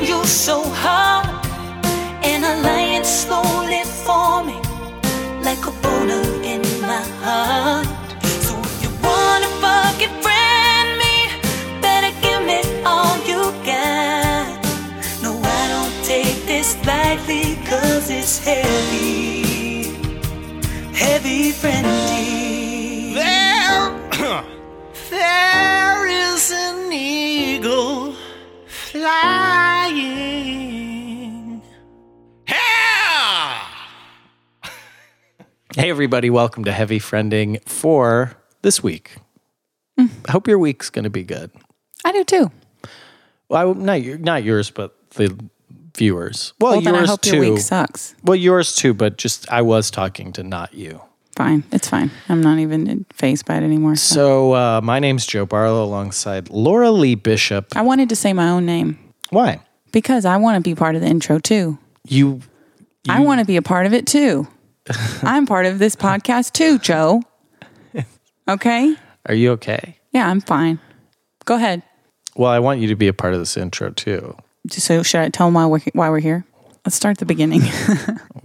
feel so hard, and a lion slowly forming like a boulder in my heart. So if you wanna fucking friend me, better give me all you got. No, I don't take this lightly, cause it's heavy, heavy friendly. There, there is an eagle flying. Yeah! Hey, everybody, welcome to Heavy Friending for this week. I hope your week's going to be good. I do too. Well, I, not, your- not yours, but the viewers. Well, Well, yours then I hope too. your week sucks. Well, yours too, but just I was talking to not you. Fine. It's fine. I'm not even phased by it anymore. So. So, uh, my name's Joe Barlow alongside Laura Lee Bishop. I wanted to say my own name Why? because I want to be part of the intro too. You, I want to be a part of it too. I'm part of this podcast too, Joe. Okay? are you okay? Yeah, I'm fine. Go ahead. Well, I want you to be a part of this intro too. So, should I tell them why we're, why we're here? Let's start at the beginning.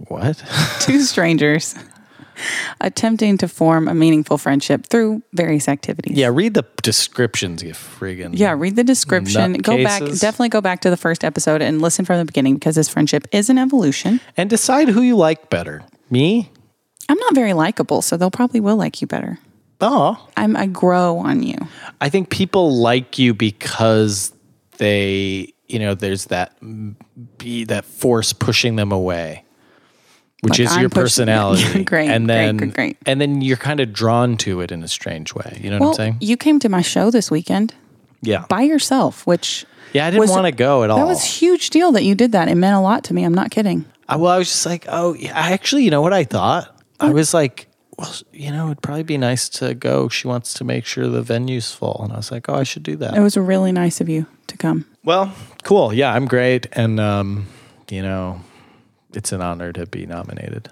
What? two strangers attempting to form a meaningful friendship through various activities. yeah, read the descriptions, you friggin'. Yeah, read the description. Go back, Nutcases. definitely go back to the first episode and listen from the beginning because this friendship is an evolution. And decide who you like better. Me? I'm not very likable, so they'll probably will like you better. Oh. I'm I grow on you. I think people like you because they, you know, there's that be that force pushing them away, which Like, is I'm your pushing- personality. Great, and great, then great, great. and then you're kind of drawn to it in a strange way. You know what I'm Well, saying? you came to my show this weekend Yeah, by yourself, which yeah. I didn't was- want to go at all. that was huge deal that you did that. It meant a lot to me. I'm not kidding. I, well, I was just like, oh, yeah, I actually, you know what I thought? Oh. I was like, well, you know, it'd probably be nice to go. She wants to make sure the venue's full, and I was like, oh, I should do that. It was really nice of you to come. Well, cool. Yeah, I'm great. And, um, you know, it's an honor to be nominated.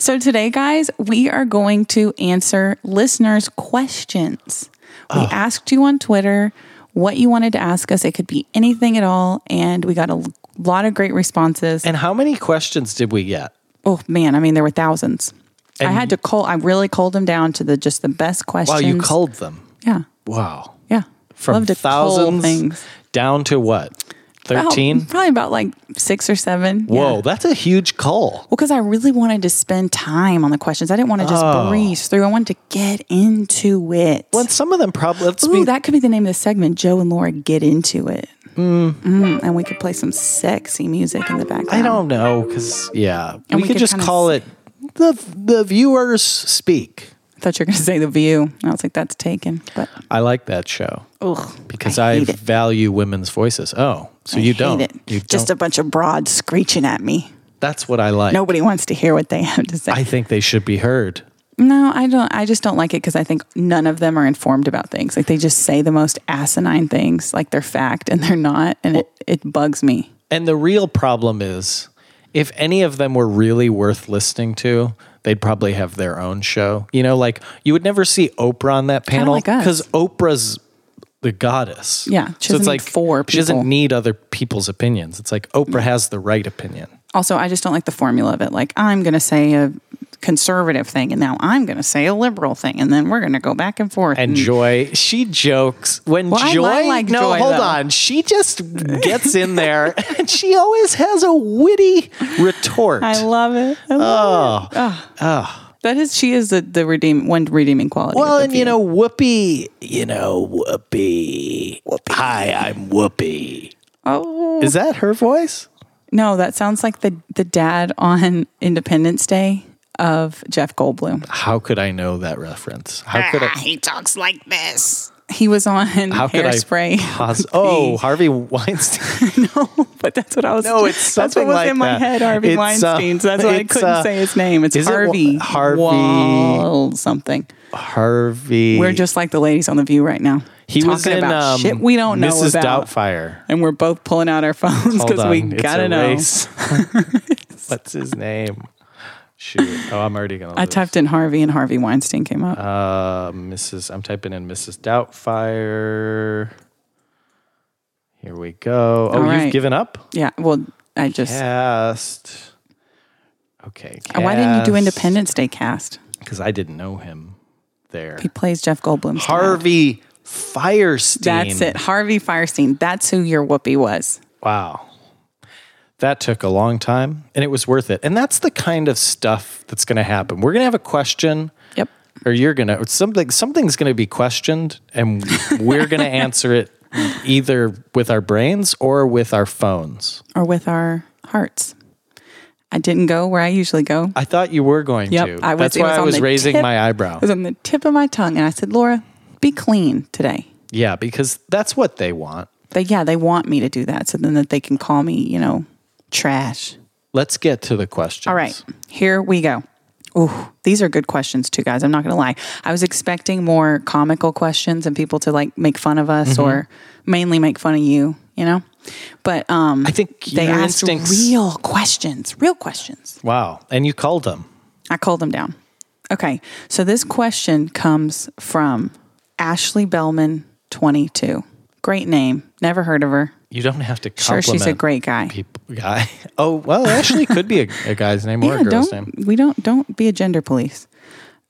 So today, guys, we are going to answer listeners' questions. We Ah. asked you on Twitter what you wanted to ask us. It could be anything at all, and we got a l- lot of great responses. And how many questions did we get? oh man, I mean, there were thousands. I had to cull. I really culled them down to the just the best questions. Wow, you culled them. Yeah, Wow. yeah. From Love to cull thousands things. down to what? About- 13? probably about like six or seven. Whoa, Yeah. that's a huge cull. Well, because I really wanted to spend time on the questions. I didn't want to just breeze through. I wanted to get into it. Ah. Well, and some of them probably, let's Ooh, be, that could be the name of the segment. Joe and Laura get into it. Mm. and we could play some sexy music in the background. I don't know, because, yeah, we, And we could, could just kinda call it the, the viewers speak. I thought you were going to say The View. And I was like, that's taken. But I like that show ugh, because I I, hate it. value women's voices. Oh, so I you hate don't. it. You Just don't. a bunch of broads screeching at me. that's what I like. Nobody wants to hear what they have to say. I think they should be heard. no, I don't. I just don't like it because I think none of them are informed about things. Like they just say the most asinine things, like they're fact and they're not, and it, it bugs me. And the real problem is if any of them were really worth listening to, they'd probably have their own show. You know, like you would never see Oprah on that panel like us. because Oprah's the goddess. Yeah, she so it's doesn't need like four She doesn't people. Mm. need other people's opinions. It's like Oprah has the right opinion. Also, I just don't like the formula of it. Like, I'm going to say a conservative thing, and now I'm going to say a liberal thing, and then we're going to go back and forth. And Joy, she jokes when Mm. Well, I- I Joy. like no, Joy, hold though. on. She just gets in there, and she always has a witty retort. I love it. I love Oh. it. Ah. That is, she is the, the redeem one redeeming quality. of Well, the and you view. know, Whoopi, you know, Whoopi. Hi, I'm Whoopi. oh Is that her voice? no, that sounds like the the dad on Independence Day of Jeff Goldblum. How could I know that reference? How could I? He talks like this. He was on How could Hairspray. I? Pos- oh, Harvey Weinstein. no, but that's what I was. No, it's that's what something was like in my that. head. Harvey It's, uh, Weinstein. so that's why I it's, couldn't uh, say his name. It's is it Wa- Harvey. Harvey- Wall something. Harvey. We're just like the ladies on the View right now. he talking was in about um, shit we don't know Mrs. about, Doubtfire. and we're both pulling out our phones Hold because on, we it's gotta a know. race. What's his name? Shoot. Oh, I'm already gonna. I lose. typed in Harvey, and Harvey Weinstein came up. Uh, Mrs. I'm typing in Mrs. Doubtfire. Here we go. Oh, All you've right. given up? Yeah. Well, I just. Cast. Okay. Uh, Why didn't you do cast. Independence Day cast? Because I didn't know him there. He plays Jeff Goldblum's dad. Harvey Firestein. That's it. Harvey Firestein. That's who your whoopee was. Wow. That took a long time and it was worth it. And that's the kind of stuff that's going to happen. We're going to have a question Yep. or you're going to something something's going to be questioned and we're going to answer it either with our brains or with our phones. Or with our hearts. I didn't go where I usually go. I thought you were going Yep, to. I was- that's it why was I on was the raising tip- my eyebrow. It was on the tip of my tongue. And I said, Laura, be clean today. yeah, because that's what they want. They, yeah, they want me to do that. So then that they can call me, you know, trash. Let's get to the questions. All right, here we go. Ooh, these are good questions too, guys. I'm not going to lie. I was expecting more comical questions and people to like make fun of Mm-hmm. us or mainly make fun of you, you know. But um, I think they your asked instincts- real questions, real questions. Wow. And you called them. I called them down. Okay, so this question comes from Ashley Bellman, 22. Great name. Never heard of her. You don't have to Sure, compliment she's a great guy. people, guy. Oh well, actually, could be a, a guy's name or a girl's don't name. we don't don't be a gender police.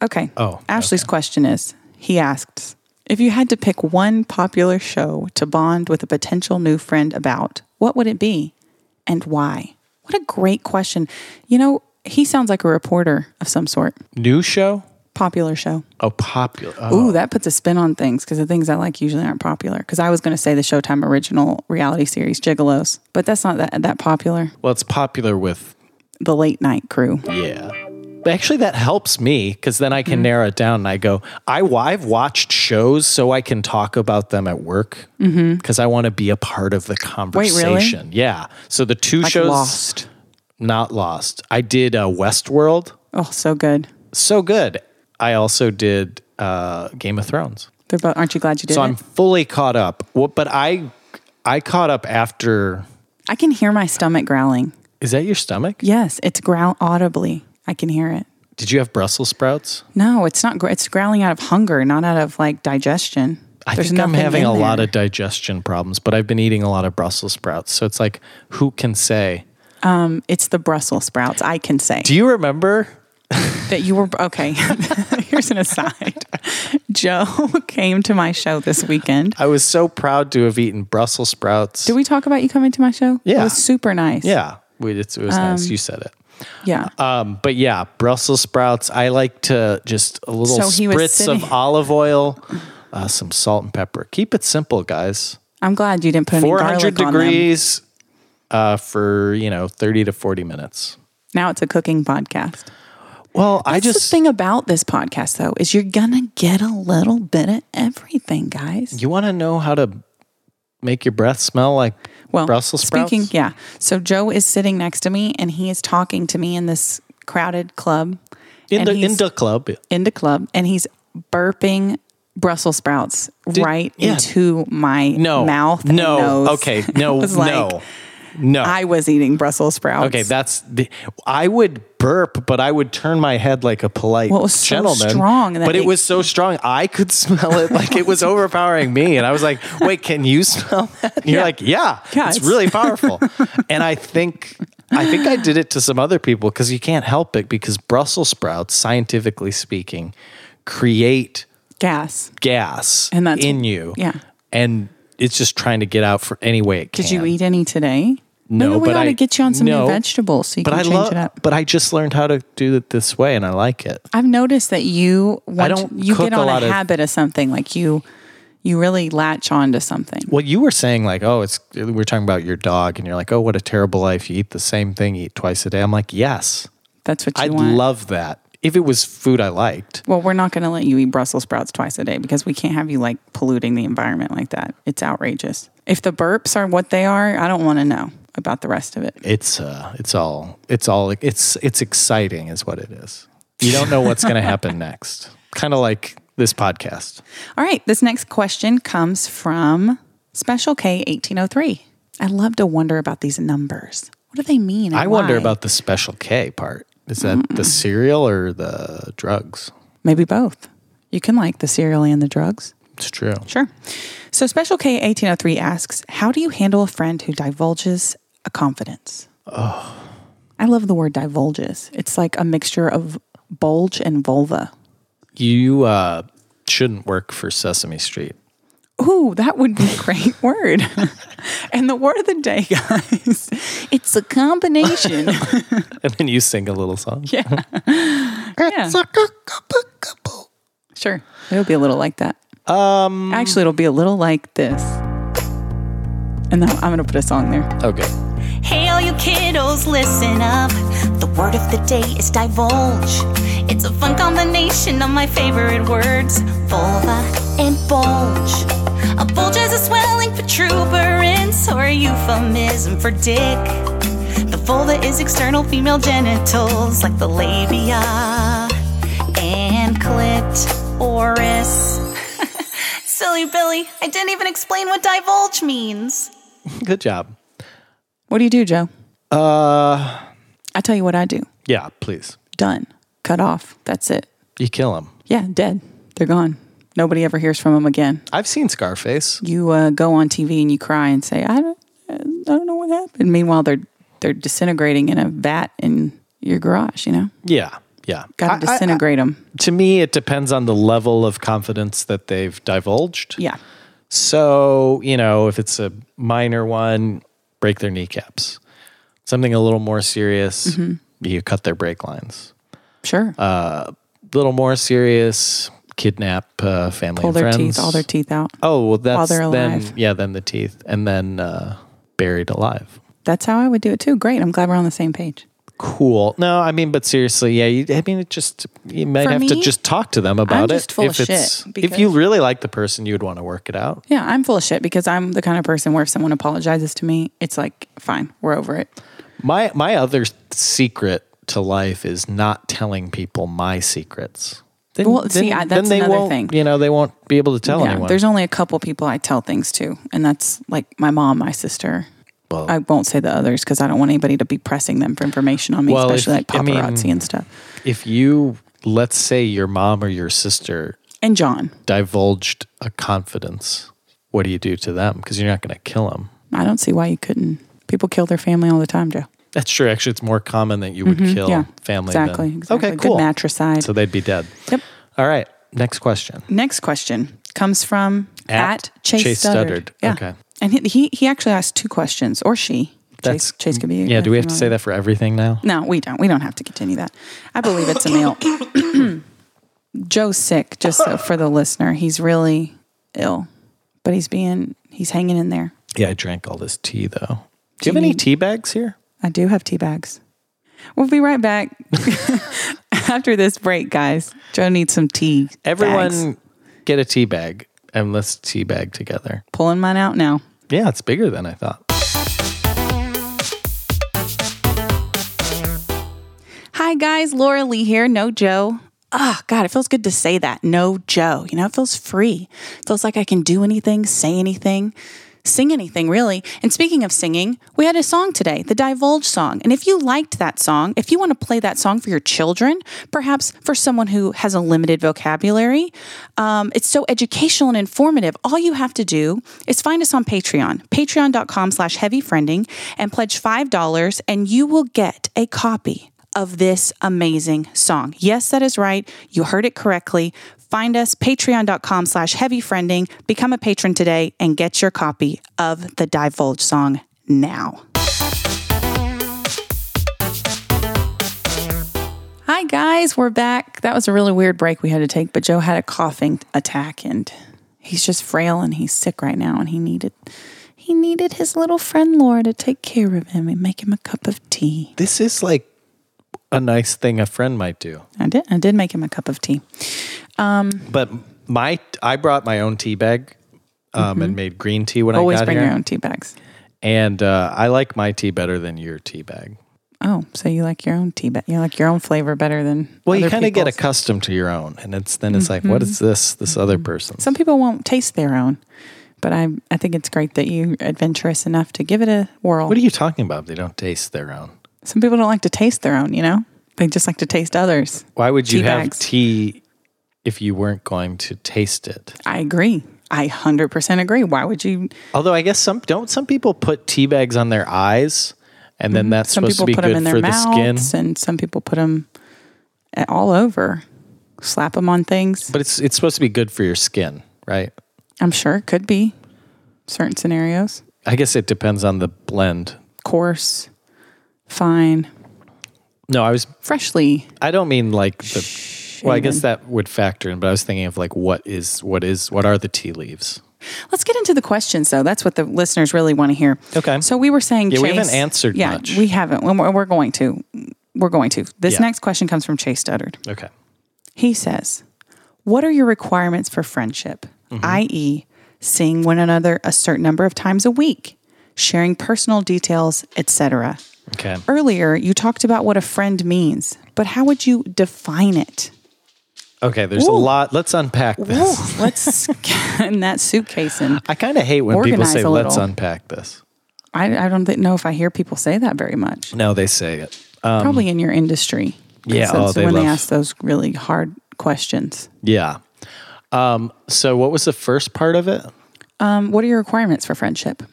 Okay. Oh, Ashley's question is: He asks if you had to pick one popular show to bond with a potential new friend about, what would it be, and why? What a great question. You know, he sounds like a reporter of some sort. New show? Popular show. Oh, popular. Ooh, Oh, that puts a spin on things because the things I like usually aren't popular. Because I was going to say the Showtime original reality series Gigolos, but that's not that that popular. well, it's popular with The late night crew. yeah. But actually, that helps me because then I can Mm-hmm. narrow it down and I go, I I've watched shows so I can talk about them at work because I want to be a part of the Mm-hmm. really? conversation. Yeah. So the two Like shows, Lost. not lost. I did uh, Westworld, Oh, so good. so good. I also did uh, Game of Thrones. They're both. Aren't you glad you did? so it? I'm fully caught up. Well, but I I caught up after. I can hear my stomach growling. Is that your stomach? Yes, it's growl audibly. I can hear it. Did you have Brussels sprouts? No, it's not. gr- It's growling out of hunger, not out of like digestion. I There's think I'm nothing having in a lot there. of digestion problems, but I've been eating a lot of Brussels sprouts. So it's like, who can say? It's the Brussels sprouts. I can say Do you remember? that you were okay. Here's an aside. Joe came to my show this weekend. I was so proud to have eaten Brussels sprouts. Did we talk about you coming to my show? Yeah. it was super nice. yeah, we, it's, it was nice. Um, You said it. yeah. Um, but yeah, Brussels sprouts. I like to just a little So he was spritz of sitting- olive oil, uh, some salt and pepper. Keep it simple, guys. I'm glad you didn't put any 400 garlic on them. degrees uh, for you know 30 to 40 minutes Now it's a cooking podcast. well i That's just the thing about this podcast though is you're gonna get a little bit of everything, guys. you want to know how to make your breath smell like well, brussels sprouts Speaking, yeah. So Joe is sitting next to me, and he is talking to me in this crowded club. in and the he's in the club in the club, and he's burping Brussels sprouts right yeah. into my no mouth. and no nose. okay no It was like, no no I was eating Brussels sprouts. okay that's the i would burp but i would turn my head like a polite Well, it was so gentleman strong that but it they- was so strong i could smell it like it was overpowering me and i was like wait can you smell that and you're like yeah, Yeah, it's, it's- really powerful and i think i think i did it to some other people because you can't help it because brussels sprouts scientifically speaking create gas. gas And that's- in you yeah. and it's just trying to get out for any way it can Did you eat any today? No, Maybe we but ought I- to get you on some no, new vegetables so you but can I change love. it up. But I just learned how to do it this way, and I like it. I've noticed that you want don't you cook get a on lot a, of- habit of something like you you really latch on to something. Well, you were saying like, oh, it's we we're talking about your dog, and you're like, oh, what a terrible life. You eat the same thing, you eat twice a day. I'm like, yes, That's what you I want. love that. If it was food I liked, Well, we're not going to let you eat Brussels sprouts twice a day because we can't have you like polluting the environment like that. It's outrageous. If the burps are what they are, I don't want to know about the rest of it. it's uh, it's all, it's all, it's it's exciting, is what it is. You don't know what's going to happen next. Kind of like this podcast. All right, this next question comes from Special K 1803. I love to wonder about these numbers. What do they mean? and I wonder why? about the special K part. Is that the cereal or the drugs? maybe both. You can like the cereal and the drugs. It's true. Sure. So Special K1803 asks, How do you handle a friend who divulges a confidence? Oh. I love the word divulges. It's like a mixture of bulge and vulva. You uh, shouldn't work for Sesame Street. Ooh, that would be a great word. and the word of the day, guys, it's a combination. And then you sing a little song. yeah. Sure. It'll be a little like that. Um actually it'll be a little like this. And then I'm gonna put a song there. Okay. Hail, you kiddos, listen up. The word of the day is divulge. It's a fun combination of my favorite words vulva and bulge. A bulge is a swelling protuberance or a euphemism for dick. The vulva is external female genitals like the labia and clit oris. Silly Billy, I didn't even explain what divulge means. Good job. What do you do, Joe? Uh, I tell you what I do. yeah, please. Done. Cut off. That's it. You kill him. Yeah, dead. They're gone. Nobody ever hears from them again. I've seen Scarface. You uh, go on TV and you cry and say, "I don't, I don't know what happened." Meanwhile, they're they're disintegrating in a vat in your garage. You know, Yeah. Yeah. I- I- got to disintegrate them. to me, it depends on the level of confidence that they've divulged. Yeah, So, you know, if it's a minor one, break their kneecaps. Something a little more serious, Mm-hmm. you cut their brake lines. sure. A little more serious, kidnap uh, family Pull and their friends. teeth, all their teeth out. Oh, well, that's they're then, alive. yeah, then the teeth, and then uh, buried alive. That's how I would do it too. Great. I'm glad we're on the same page. Cool. No, I mean, but seriously, yeah. You, I mean, it just you might For have to me, just talk to them about just it. full of shit if because- you really like the person, you'd want to work it out. Yeah, I'm full of shit because I'm the kind of person where if someone apologizes to me, it's like, fine, we're over it. My my other secret to life is not telling people my secrets. Then, Well, see, I- that's they another won't, thing. You know, they won't be able to tell yeah, anyone. there's only a couple people I tell things to, and that's like my mom, my sister. Well- I won't say the others because I don't want anybody to be pressing them for information on me, Well, if- especially I like mean- paparazzi and stuff. if you, let's say, your mom or your sister And John, divulged a confidence, what do you do to them? Because you're not going to kill them. I don't see why you couldn't. People kill their family all the time, Joe. That's true. Actually, it's more common that you would kill Mm-hmm. yeah, family. than- exactly, exactly. Okay, Good cool. matricide. So they'd be dead. Yep. All right. Next question. Next question comes from At at, Chase, Chase Studdard. Studdard. Okay. And he, he he actually asked two questions, or she. That's Chase, Chase could be. a Yeah. guy Do we have if you to want. say that for everything now? No, we don't. We don't have to continue that. I believe it's a male. Joe's sick, just so for the listener. He's really ill, but he's being, he's hanging in there. Yeah. I drank all this tea though. Do you have any tea bags here? I do have tea bags. We'll be right back after this break, guys. Joe needs some tea. Everyone, bags. get a tea bag and let's tea bag together. pulling mine out now. Yeah, it's bigger than I thought. Hi, guys. Laura Lee here. No Joe. Oh, God, it feels good to say that. No Joe. You know, it feels free. It feels like I can do anything, say anything, sing anything, really. And speaking of singing, we had a song today, the Divulge song. And if you liked that song, if you want to play that song for your children, perhaps for someone who has a limited vocabulary, um, it's so educational and informative. All you have to do is find us on Patreon, patreon.com slash heavyfriending, and pledge $5, and you will get a copy of this amazing song. Yes, that is right. You heard it correctly. Find us patreon.com slash heavyfriending, become a patron today, and get your copy of the Divulge song now. Hi guys, we're back. That was a really weird break we had to take, but Joe had a coughing attack and he's just frail and he's sick right now and he needed he needed his little friend Laura to take care of him and make him a cup of tea. This is like a nice thing a friend might do. I did. I did make him a cup of tea. But my, I brought my own tea bag um, and made green tea when I Always got bring here. your own tea bags. And uh, I like my tea better than your tea bag. Oh, so you like your own tea bag? You like your own flavor better than Well, you other kind of get people's. accustomed to your own, and it's then it's like, what is this? This other person? Some people won't taste their own, but I I think it's great that you're adventurous enough to give it a whirl. What are you talking about? They don't taste their own. Some people don't like to taste their own. You know, they just like to taste others. Why would you Tea have bags. tea if you weren't going to taste it. I agree. I 100% agree. Why would you? Although I guess some don't some people put tea bags on their eyes and then that's Some supposed people to be put them good in for their the skin. mouths, and some people put them all over, slap them on things. But it's it's supposed to be good for your skin, right? I'm sure it could be certain scenarios. I guess it depends on the blend. Coarse, fine, No, I was freshly. I don't mean like the Well, I guess that would factor in, but I was thinking of like what is what is what are the tea leaves? Let's get into the questions, though. That's what the listeners really want to hear. Okay. So we were saying, Yeah, we Chase- haven't answered Yeah, much. we haven't. And We're we're going to. We're going to. This Yeah. next question comes from Chase Duddard. Okay. He says, What are your requirements for friendship? Mm-hmm. I.e., seeing one another a certain number of times a week, sharing personal details, etc. Okay. Earlier, you talked about what a friend means, but how would you define it? Okay, there's a Ooh. lot. Let's unpack Ooh, this. let's get in that suitcase. And I kind of hate when people Organize say a let's little." unpack this. I, I don't think- know if I hear people say that very much. No, they say it. Probably in your industry. Um, Yeah, So, oh, so they when they love- ask those really hard questions, Yeah. Um, so what was the first part of it? um, what are your requirements for friendship?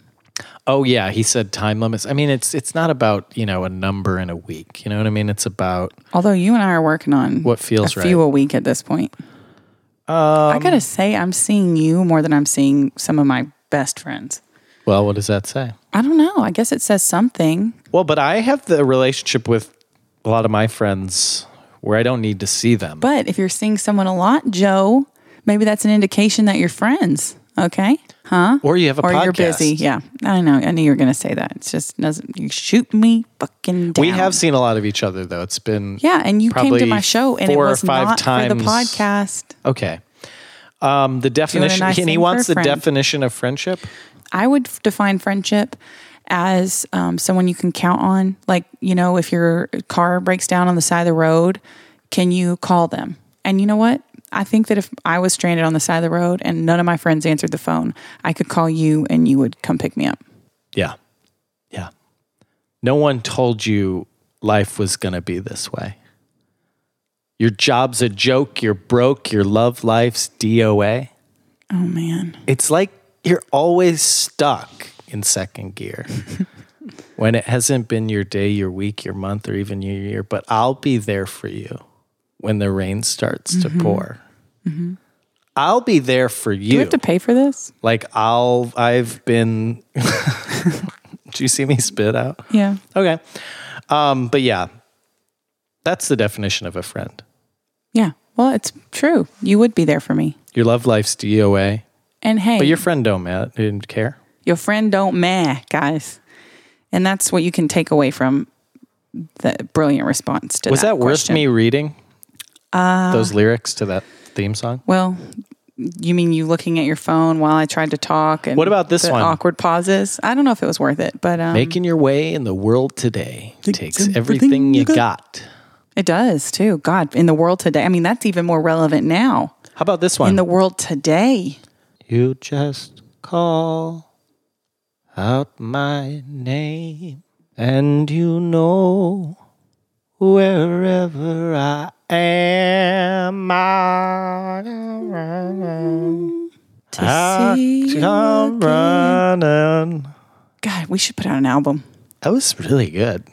Oh yeah, he said time limits. I mean, it's it's not about, you know, a number in a week. You know what I mean? It's about Although you and I are working on What feels a few right. Um, a week at this point. I gotta say, I'm seeing you more than I'm seeing some of my best friends. well, what does that say? I don't know. I guess it says something. Well, but I have the relationship with a lot of my friends where I don't need to see them. But if you're seeing someone a lot, Joe, maybe that's an indication that you're friends. Okay, huh? or you have a or podcast. you're busy. Yeah, I know. I knew you were gonna say that. It's just doesn't you shoot me fucking down. We have seen a lot of each other though. It's been Yeah, and you came to probably my show, and it four or was five not for the times. podcast. Okay. Um, the definition, nice and he thing wants for the a friend. definition of friendship. I would f- define friendship as um, someone you can count on. Like, you know, if your car breaks down on the side of the road, can you call them? And you know what? I think that if I was stranded on the side of the road and none of my friends answered the phone, I could call you and you would come pick me up. Yeah. Yeah. No one told you life was going to be this way. Your job's a joke. You're broke. Your love life's DOA. Oh, man. It's like you're always stuck in second gear when it hasn't been your day, your week, your month, or even your year. But I'll be there for you when the rain starts to pour. I'll be there for you. Mm-hmm. Do we have to pay for this? like I'll I've been Do you see me spit out? Yeah. Okay. Um but yeah. That's the definition of a friend. Yeah. Well, it's true. You would be there for me. Your love life's DOA, And hey, but your friend don't ma- didn't care. Your friend don't meh, guys. And that's what you can take away from the brilliant response to Was that, worth question. Uh, me reading those lyrics to that theme song? Well, you mean you looking at your phone while I tried to talk and What about this the one? awkward pauses? I don't know if it was worth it, but um, Making your way in the world today takes everything you got. it does too. God, in the world today. I mean, that's even more relevant now. How about this one? In the world today. You just call out my name, and you know wherever I am. I To see you come again. running. God, we should put out an album. That was really good.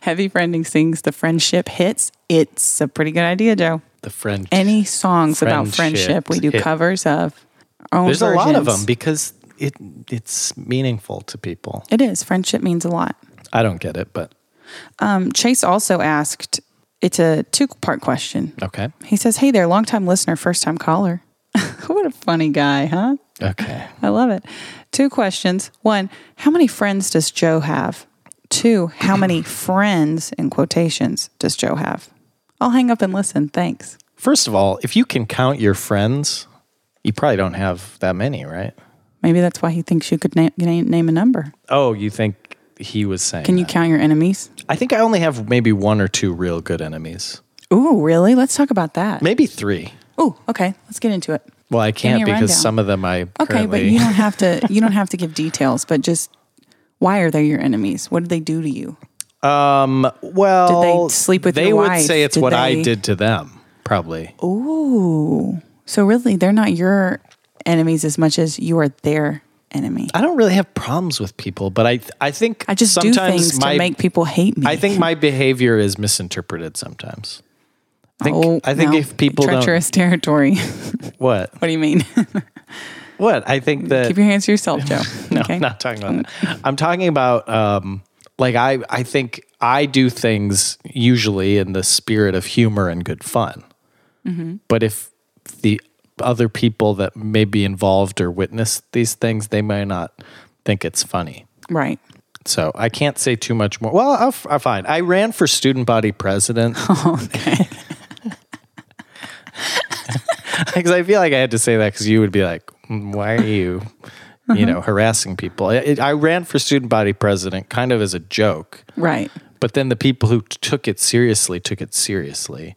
Heavy Friending sings the friendship hits. It's a pretty good idea, Joe. The French. Any songs about Friendship friendship, we do hit. covers of. Our own There's a lot of versions. them because it it's meaningful to people. It is. Friendship means a lot. I don't get it, but Um, Chase also asked, it's a two part question. okay, He says, Hey there, longtime listener, first time caller. what a funny guy, huh? okay. I love it. Two questions. One, how many friends does Joe have? Two, how many friends, in quotations, does Joe have? I'll hang up and listen. Thanks. First of all, if you can count your friends, you probably don't have that many, right? Maybe that's why he thinks you could na- na- name a number. Oh, you think he was saying? Can you that. count your enemies? I think I only have maybe one or two real good enemies. Ooh, really? Let's talk about that. Maybe three. Ooh, okay. Let's get into it. Well, I me can't a because rundown. some of them I Okay, currently. but you don't have to. You don't have to give details, but just why are they your enemies? What did they do to you? well, sleep with They your would wife? say it's Did what I they- did to them. Probably. Ooh. So really, they're not your enemies as much as you are their enemy. I don't really have problems with people, but I I think I just do sometimes things my, to make people hate me. I think my behavior is misinterpreted sometimes. I think Oh, I think no. if people don't treacherous territory. what what do you mean? what I think that Keep your hands to yourself, Joe. no, not talking about that. I'm talking about um, like I I think I do things usually in the spirit of humor and good fun. Mm-hmm. But if the other people that may be involved or witness these things, they may not think it's funny. right. So I can't say too much more. Well, I'll, I'll fine. I ran for student body president. Because I feel like I had to say that because you would be like, "Mm, why are you, Uh-huh. you know, harassing people? I, I ran for student body president kind of as a joke, Right. but then the people who t- took it seriously took it seriously,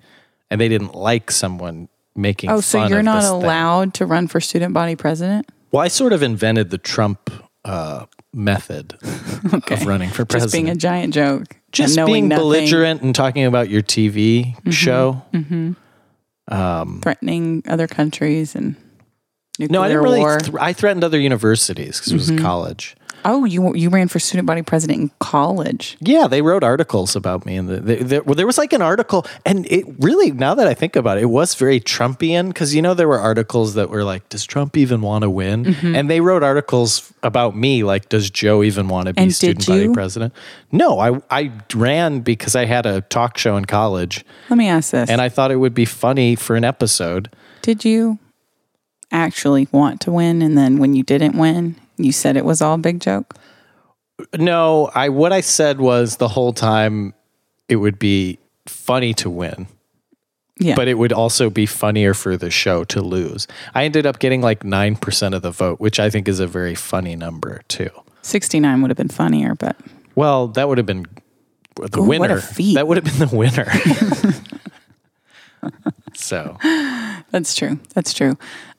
and they didn't like someone making. Oh, so fun you're of not this thing. allowed to run for student body president? Well, I sort of invented the Trump uh, method of running for president. Just being a giant joke. and just knowing being nothing, Mm-hmm. belligerent and talking about your TV show. threatening other countries and nuclear No, I didn't really. war. Mm-hmm. Th- I threatened other universities because it was college. oh, you you ran for student body president in college. Yeah, they wrote articles about me, and the, the, the, well, there was like an article, and it really now that I think about it, it was very Trumpian because you know there were articles that were like, "Does Trump even want to win?" Mm-hmm. And they wrote articles about me, like, "Does Joe even want to be And did student body you? president?" No, I I ran because I had a talk show in college, Let me ask this: and I thought it would be funny for an episode. Did you actually want to win, and then when you didn't win, you said it was all a big joke? No, I what I said was the whole time it would be funny to win, Yeah, but it would also be funnier for the show to lose. I ended up getting like 9% of the vote, which I think is a very funny number too. sixty nine would have been funnier, but Well, that would have been the Ooh, what a winner. feat. That would have been the winner. so, that's true. That's true.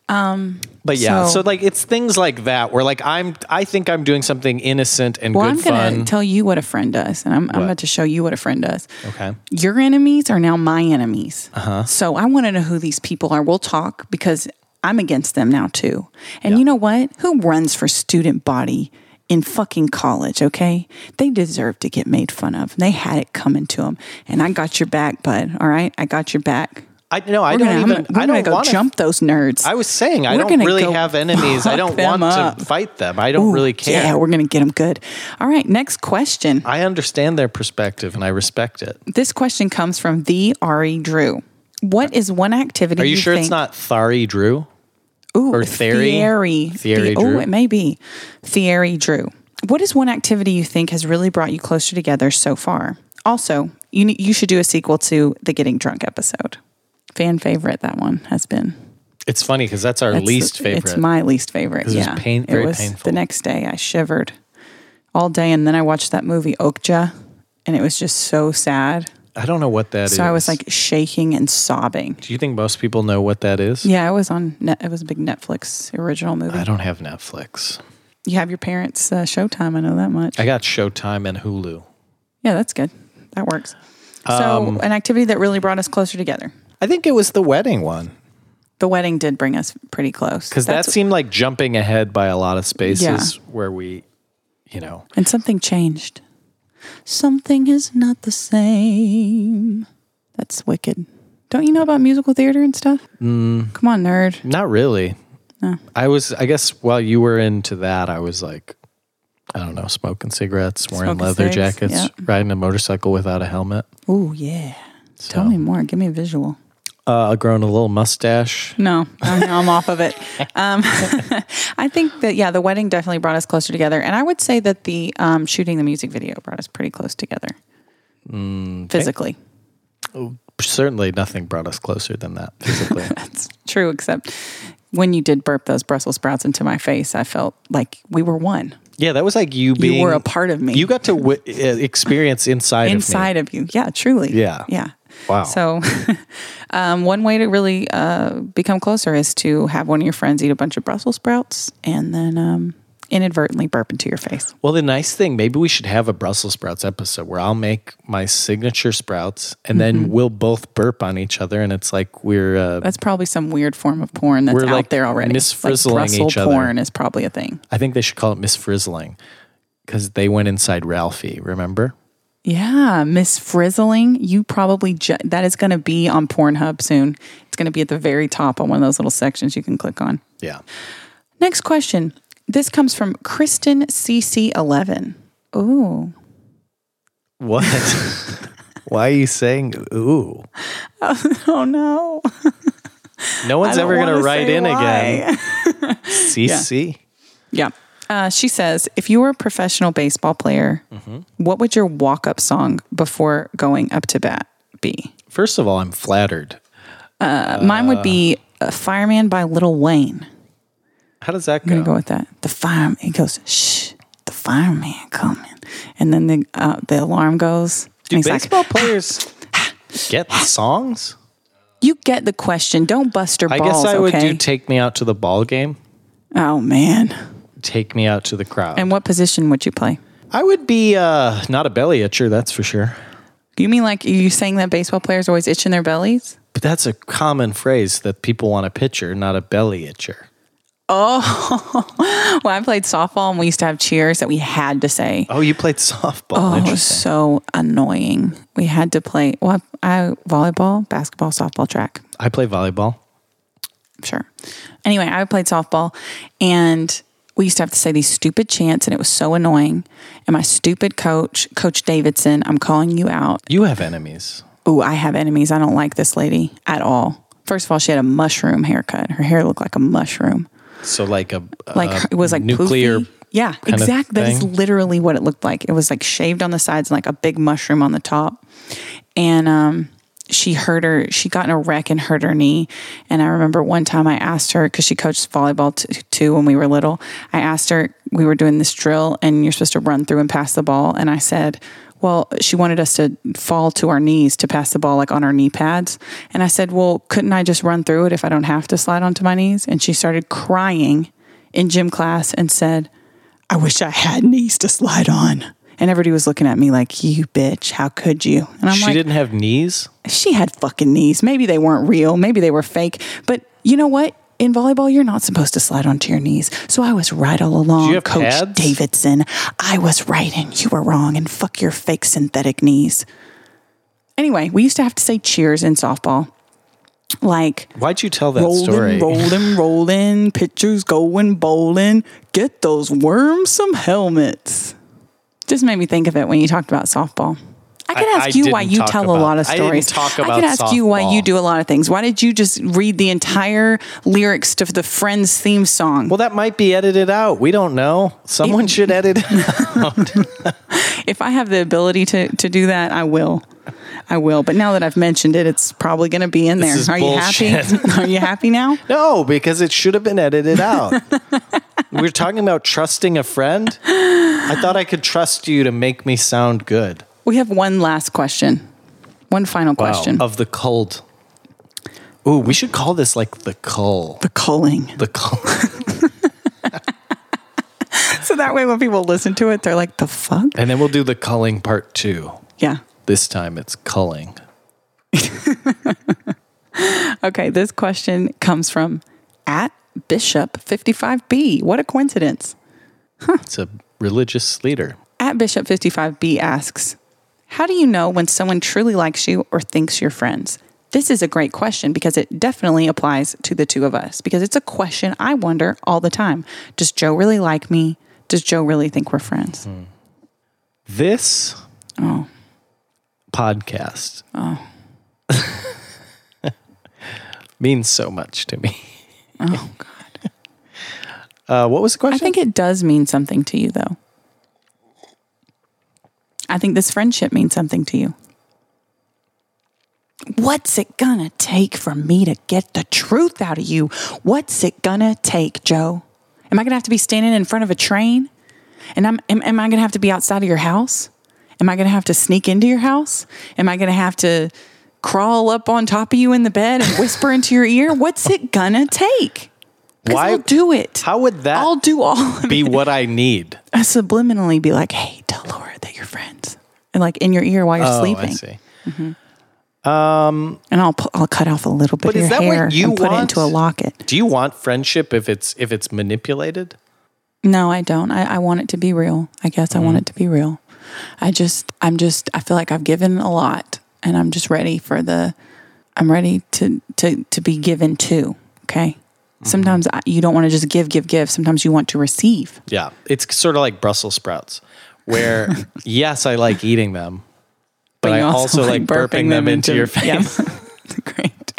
Um, but yeah, so, So- like it's things like that where like I'm I think I'm doing something innocent and well, good I'm going fun. to tell you what a friend does, and I'm, I'm about to show you what a friend does. okay. your enemies are now my enemies. Uh-huh. So I want to know who these people are. We'll talk because I'm against them now too. And you know what? Who runs for student body in fucking college? Okay, they deserve to get made fun of. They had it coming to them, and I got your back, bud. All right, I got your back. I no, I We're don't gonna, even I'm gonna, we're I gonna don't go want to jump those nerds. I was saying I We're don't gonna really go have enemies. I fuck don't them want up. to fight them. I don't Ooh, really care. Yeah, we're gonna get them good. All right, next question. I understand their perspective and I respect it. This question comes from the Ari Drew. What is one activity? Are you, sure think- it's not Thari Drew? Ooh, Or Thierry? Thierry. Thierry The- Drew. Oh, it may be. Thierry Drew. What is one activity you think has really brought you closer together so far? Also, you ne- you should do a sequel to the getting drunk episode. Fan favorite that one has been. It's funny because that's our That's- least favorite. It's my least favorite. it was Yeah, pain- very it was painful. the next day. I shivered all day, and then I watched that movie Okja, and it was just so sad. I don't know what that is. So I was like shaking and sobbing. do you think most people know what that is? Yeah, it was on. Net, it was a big Netflix original movie. I don't have Netflix. You have your parents' uh, Showtime. I know that much. I got Showtime and Hulu. yeah, that's good. That works. So, an activity that really brought us closer together. I think it was the wedding one The wedding did bring us pretty close. because that seemed like jumping ahead by a lot of spaces Yeah. where we, you know, and something changed. Something is not the same. That's wicked. Don't you know about musical theater and stuff? Mm. Come on, nerd. Not really. I was, I guess, while you were into that, I was like, I don't know, smoking cigarettes, wearing Smoking leather cigs, jackets, yep. riding a motorcycle without a helmet, Oh yeah. Tell me more. Give me a visual. uh, growing a little mustache. No, I'm, I'm off of it. Um, I think that yeah, the wedding definitely brought us closer together, and I would say that the um, shooting the music video brought us pretty close together Mm, physically. Certainly, nothing brought us closer than that physically. It's true, except when you did burp those Brussels sprouts into my face, I felt like we were one yeah, that was like you being were a part of me. You got to w- experience inside, inside of you. Yeah, truly. Yeah. yeah. Wow. So, um, one way to really uh, become closer is to have one of your friends eat a bunch of Brussels sprouts and then um, inadvertently burp into your face. Well, the nice thing, maybe we should have a Brussels sprouts episode where I'll make my signature sprouts and then Mm-hmm. we'll both burp on each other. And it's like we're, uh, That's probably some weird form of porn that's We're, out like, there already. misfrizzling Brussel each other. porn is probably a thing. I think they should call it Miss Frizzling because they went inside Ralphie, remember? Yeah, Miss Frizzling. You probably ju- that is going to be on Pornhub soon. It's going to be at the very top on one of those little sections you can click on. Yeah. Next question. This comes from Kristen CC11. Ooh, What? Why are you saying, ooh? oh no! No one's don't ever going to wanna write say in again. CC. Yeah. Uh, she says, if you were a professional baseball player, Mm-hmm. what would your walk-up song before going up to bat be? First of all, I'm flattered. Uh, Mine would be uh, "Fireman" by Little Wayne. How does that I'm go? gonna go with that. The fireman. He goes, "Shh, the fireman coming," and then the uh, the alarm goes. and Do he's like, baseball players get songs? "You get the question. Don't bust her I balls." guess I would okay? do take me out to the ball game, oh man! take me out to the crowd. And what position would you play? I would be uh, not a belly itcher, that's for sure. You mean like you saying that baseball players always itching their bellies? But that's a common phrase that people want a pitcher, not a belly itcher. Well, I played softball and we used to have cheers that we had to say. Oh, you played softball. Oh, it was Interesting. so annoying. We had to play. Well, I volleyball, basketball, softball, track. I play volleyball. sure. Anyway, I played softball and we used to have to say these stupid chants and it was so annoying. And my stupid coach, Coach Davidson, I'm calling you out. You have enemies. Ooh, I have enemies. I don't like this lady at all. First of all, she had a mushroom haircut. Her hair looked like a mushroom. So like a Like a it was like Uh, nuclear. poofy. Yeah, of exactly. That is thing? literally what it looked like. It was like shaved on the sides and like a big mushroom on the top. And um, she hurt her. She got in a wreck and hurt her knee. And I remember one time I asked her because she coached volleyball t- too when we were little. I asked her we were doing this drill and you're supposed to run through and pass the ball. And I said. Well, she wanted us to fall to our knees to pass the ball like on our knee pads. And I said, Well, couldn't I just run through it if I don't have to slide onto my knees? And she started crying in gym class and said, I wish I had knees to slide on. And everybody was looking at me like, you bitch, how could you? And I'm She like, didn't have knees. she had fucking knees. Maybe they weren't real. Maybe they were fake. But you know what? In volleyball, you're not supposed to slide onto your knees. So I was right all along, you have Coach pads? Davidson. I was right and you were wrong. And fuck your fake synthetic knees. Anyway, we used to have to say cheers in softball. Like, Why'd you tell that rolling, story? rolling, rolling. Pitchers going bowling. Get those worms some helmets. Just made me think of it when you talked about softball. I could I- ask I you why didn't you talk tell about- a lot of I didn't stories. talk could about ask you why you softball. do a lot of things. Why did you just read the entire lyrics to the Friends theme song? Well, that might be edited out. We don't know. Someone should edit. it. if I have the ability to to do that, I will. I will. But now that I've mentioned it, it's probably going to be in there. is Are you bullshit. happy? Are you happy now? no, because it should have been edited out. we were talking about trusting a friend. I thought I could trust you to make me sound good. We have one last question. One final question. Of the cult. Ooh, we should call this like the cull. the culling. The cull. So that way, when people listen to it, they're like, "The fuck?" and then we'll do the culling part two. Yeah. This time it's culling. Okay. This question comes from at Bishop fifty five B. What a coincidence. It's a religious leader. At Bishop fifty five B asks, "How do you know when someone truly likes you or thinks you're friends?" This is a great question because it definitely applies to the two of us because it's a question I wonder all the time. Does Joe really like me? Does Joe really think we're friends? This Oh. podcast means so much to me. Oh, God. Uh, what was the question? I think it does mean something to you, though. I think this friendship means something to you. What's it gonna take for me to get the truth out of you? What's it gonna take, Joe? Am I gonna have to be standing in front of a train? And I'm, am, am I gonna have to be outside of your house? Am I gonna have to sneak into your house? Am I gonna have to crawl up on top of you in the bed and whisper into your ear? What's it gonna take? Why- Why? I'll do it. How would that I'll do all of be it. what I need? I subliminally be like, hey, tell Laura that you're friends. And like in your ear while you're sleeping. Oh, I see. And I'll, pu- I'll cut off a little bit But of is your that what hair you and put want? it into a locket. Do you want friendship if it's if it's manipulated? No, I don't. I, I want it to be real. I guess I want Mm. it to be real. I just, I'm just, I feel like I've given a lot and I'm just ready for the, I'm ready to, to, to be given to. Okay. Mm-hmm. Sometimes I, you don't want to just give, give, give. Sometimes you want to receive. Yeah, it's sort of like Brussels sprouts, where yes, I like eating them, but, I you also, like burping, them into, your yeah. face. Great.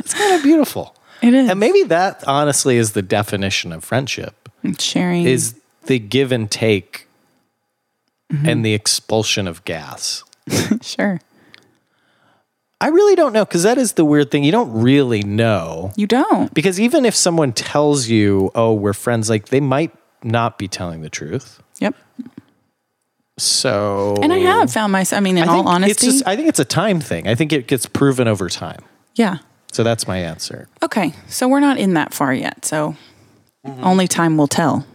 It's kind of beautiful, It is. and maybe that honestly is the definition of friendship: sharing is the give and take, Mm-hmm. and the expulsion of gas. sure. I really don't know because that is the weird thing. You don't really know You don't. because even if someone tells you, "Oh, we're friends," like they might not be telling the truth. Yep. So, And I have found myself. I mean, in I all think honesty, it's just, I think it's a time thing. I think it gets proven over time. yeah. So that's my answer. Okay, so we're not in that far yet. So Mm-hmm. only time will tell.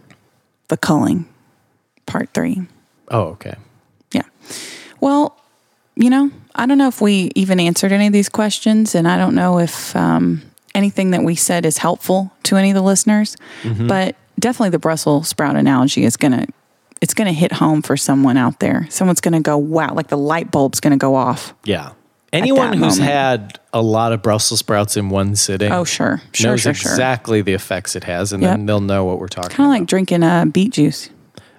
The culling, part three. Oh, okay. Yeah. Well, you know, I don't know if we even answered any of these questions, and I don't know if um, anything that we said is helpful to any of the listeners. Mm-hmm. But definitely, the Brussels sprout analogy is gonna it's gonna hit home for someone out there. Someone's gonna go, "Wow!" Like the light bulb's gonna go off. Yeah. Anyone that who's moment. had a lot of Brussels sprouts in one sitting, Oh, sure, sure, knows sure, sure. exactly the effects it has, and then Yep. they'll know what we're talking Kind about. of like drinking uh, beet juice.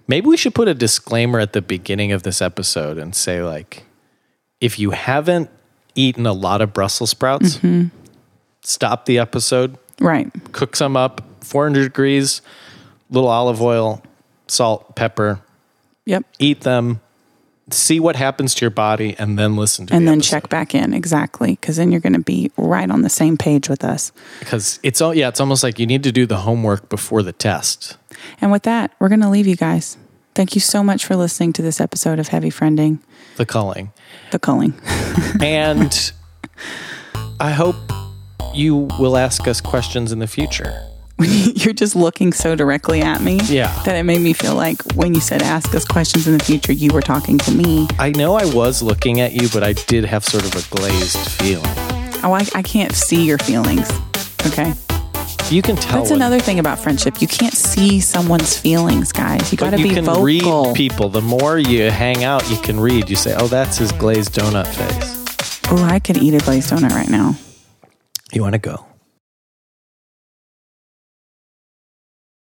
Maybe we should put a disclaimer at the beginning of this episode and say, like, if you haven't eaten a lot of Brussels sprouts, Mm-hmm. stop the episode, Right. cook some up, 400 degrees, little olive oil, salt, pepper, Yep. eat them, see what happens to your body, and then listen to and the then check back in exactly because then you're going to be right on the same page with us because it's all yeah, it's almost like you need to do the homework before the test. and with that we're going to leave you guys thank you so much for listening to this episode of heavy friending The culling. the culling And I hope you will ask us questions in the future. you're just looking so directly at me Yeah. that it made me feel like when you said ask us questions in the future you were talking to me I know I was looking at you, but I did have sort of a glazed feeling. oh i, I can't see your feelings okay Oh, You can tell. that's when- another thing about friendship you can't see someone's feelings guys you but got to you be can vocal read people. The more you hang out, you can read. You say, "Oh, that's his glazed donut face." oh i could eat a glazed donut right now You want to go?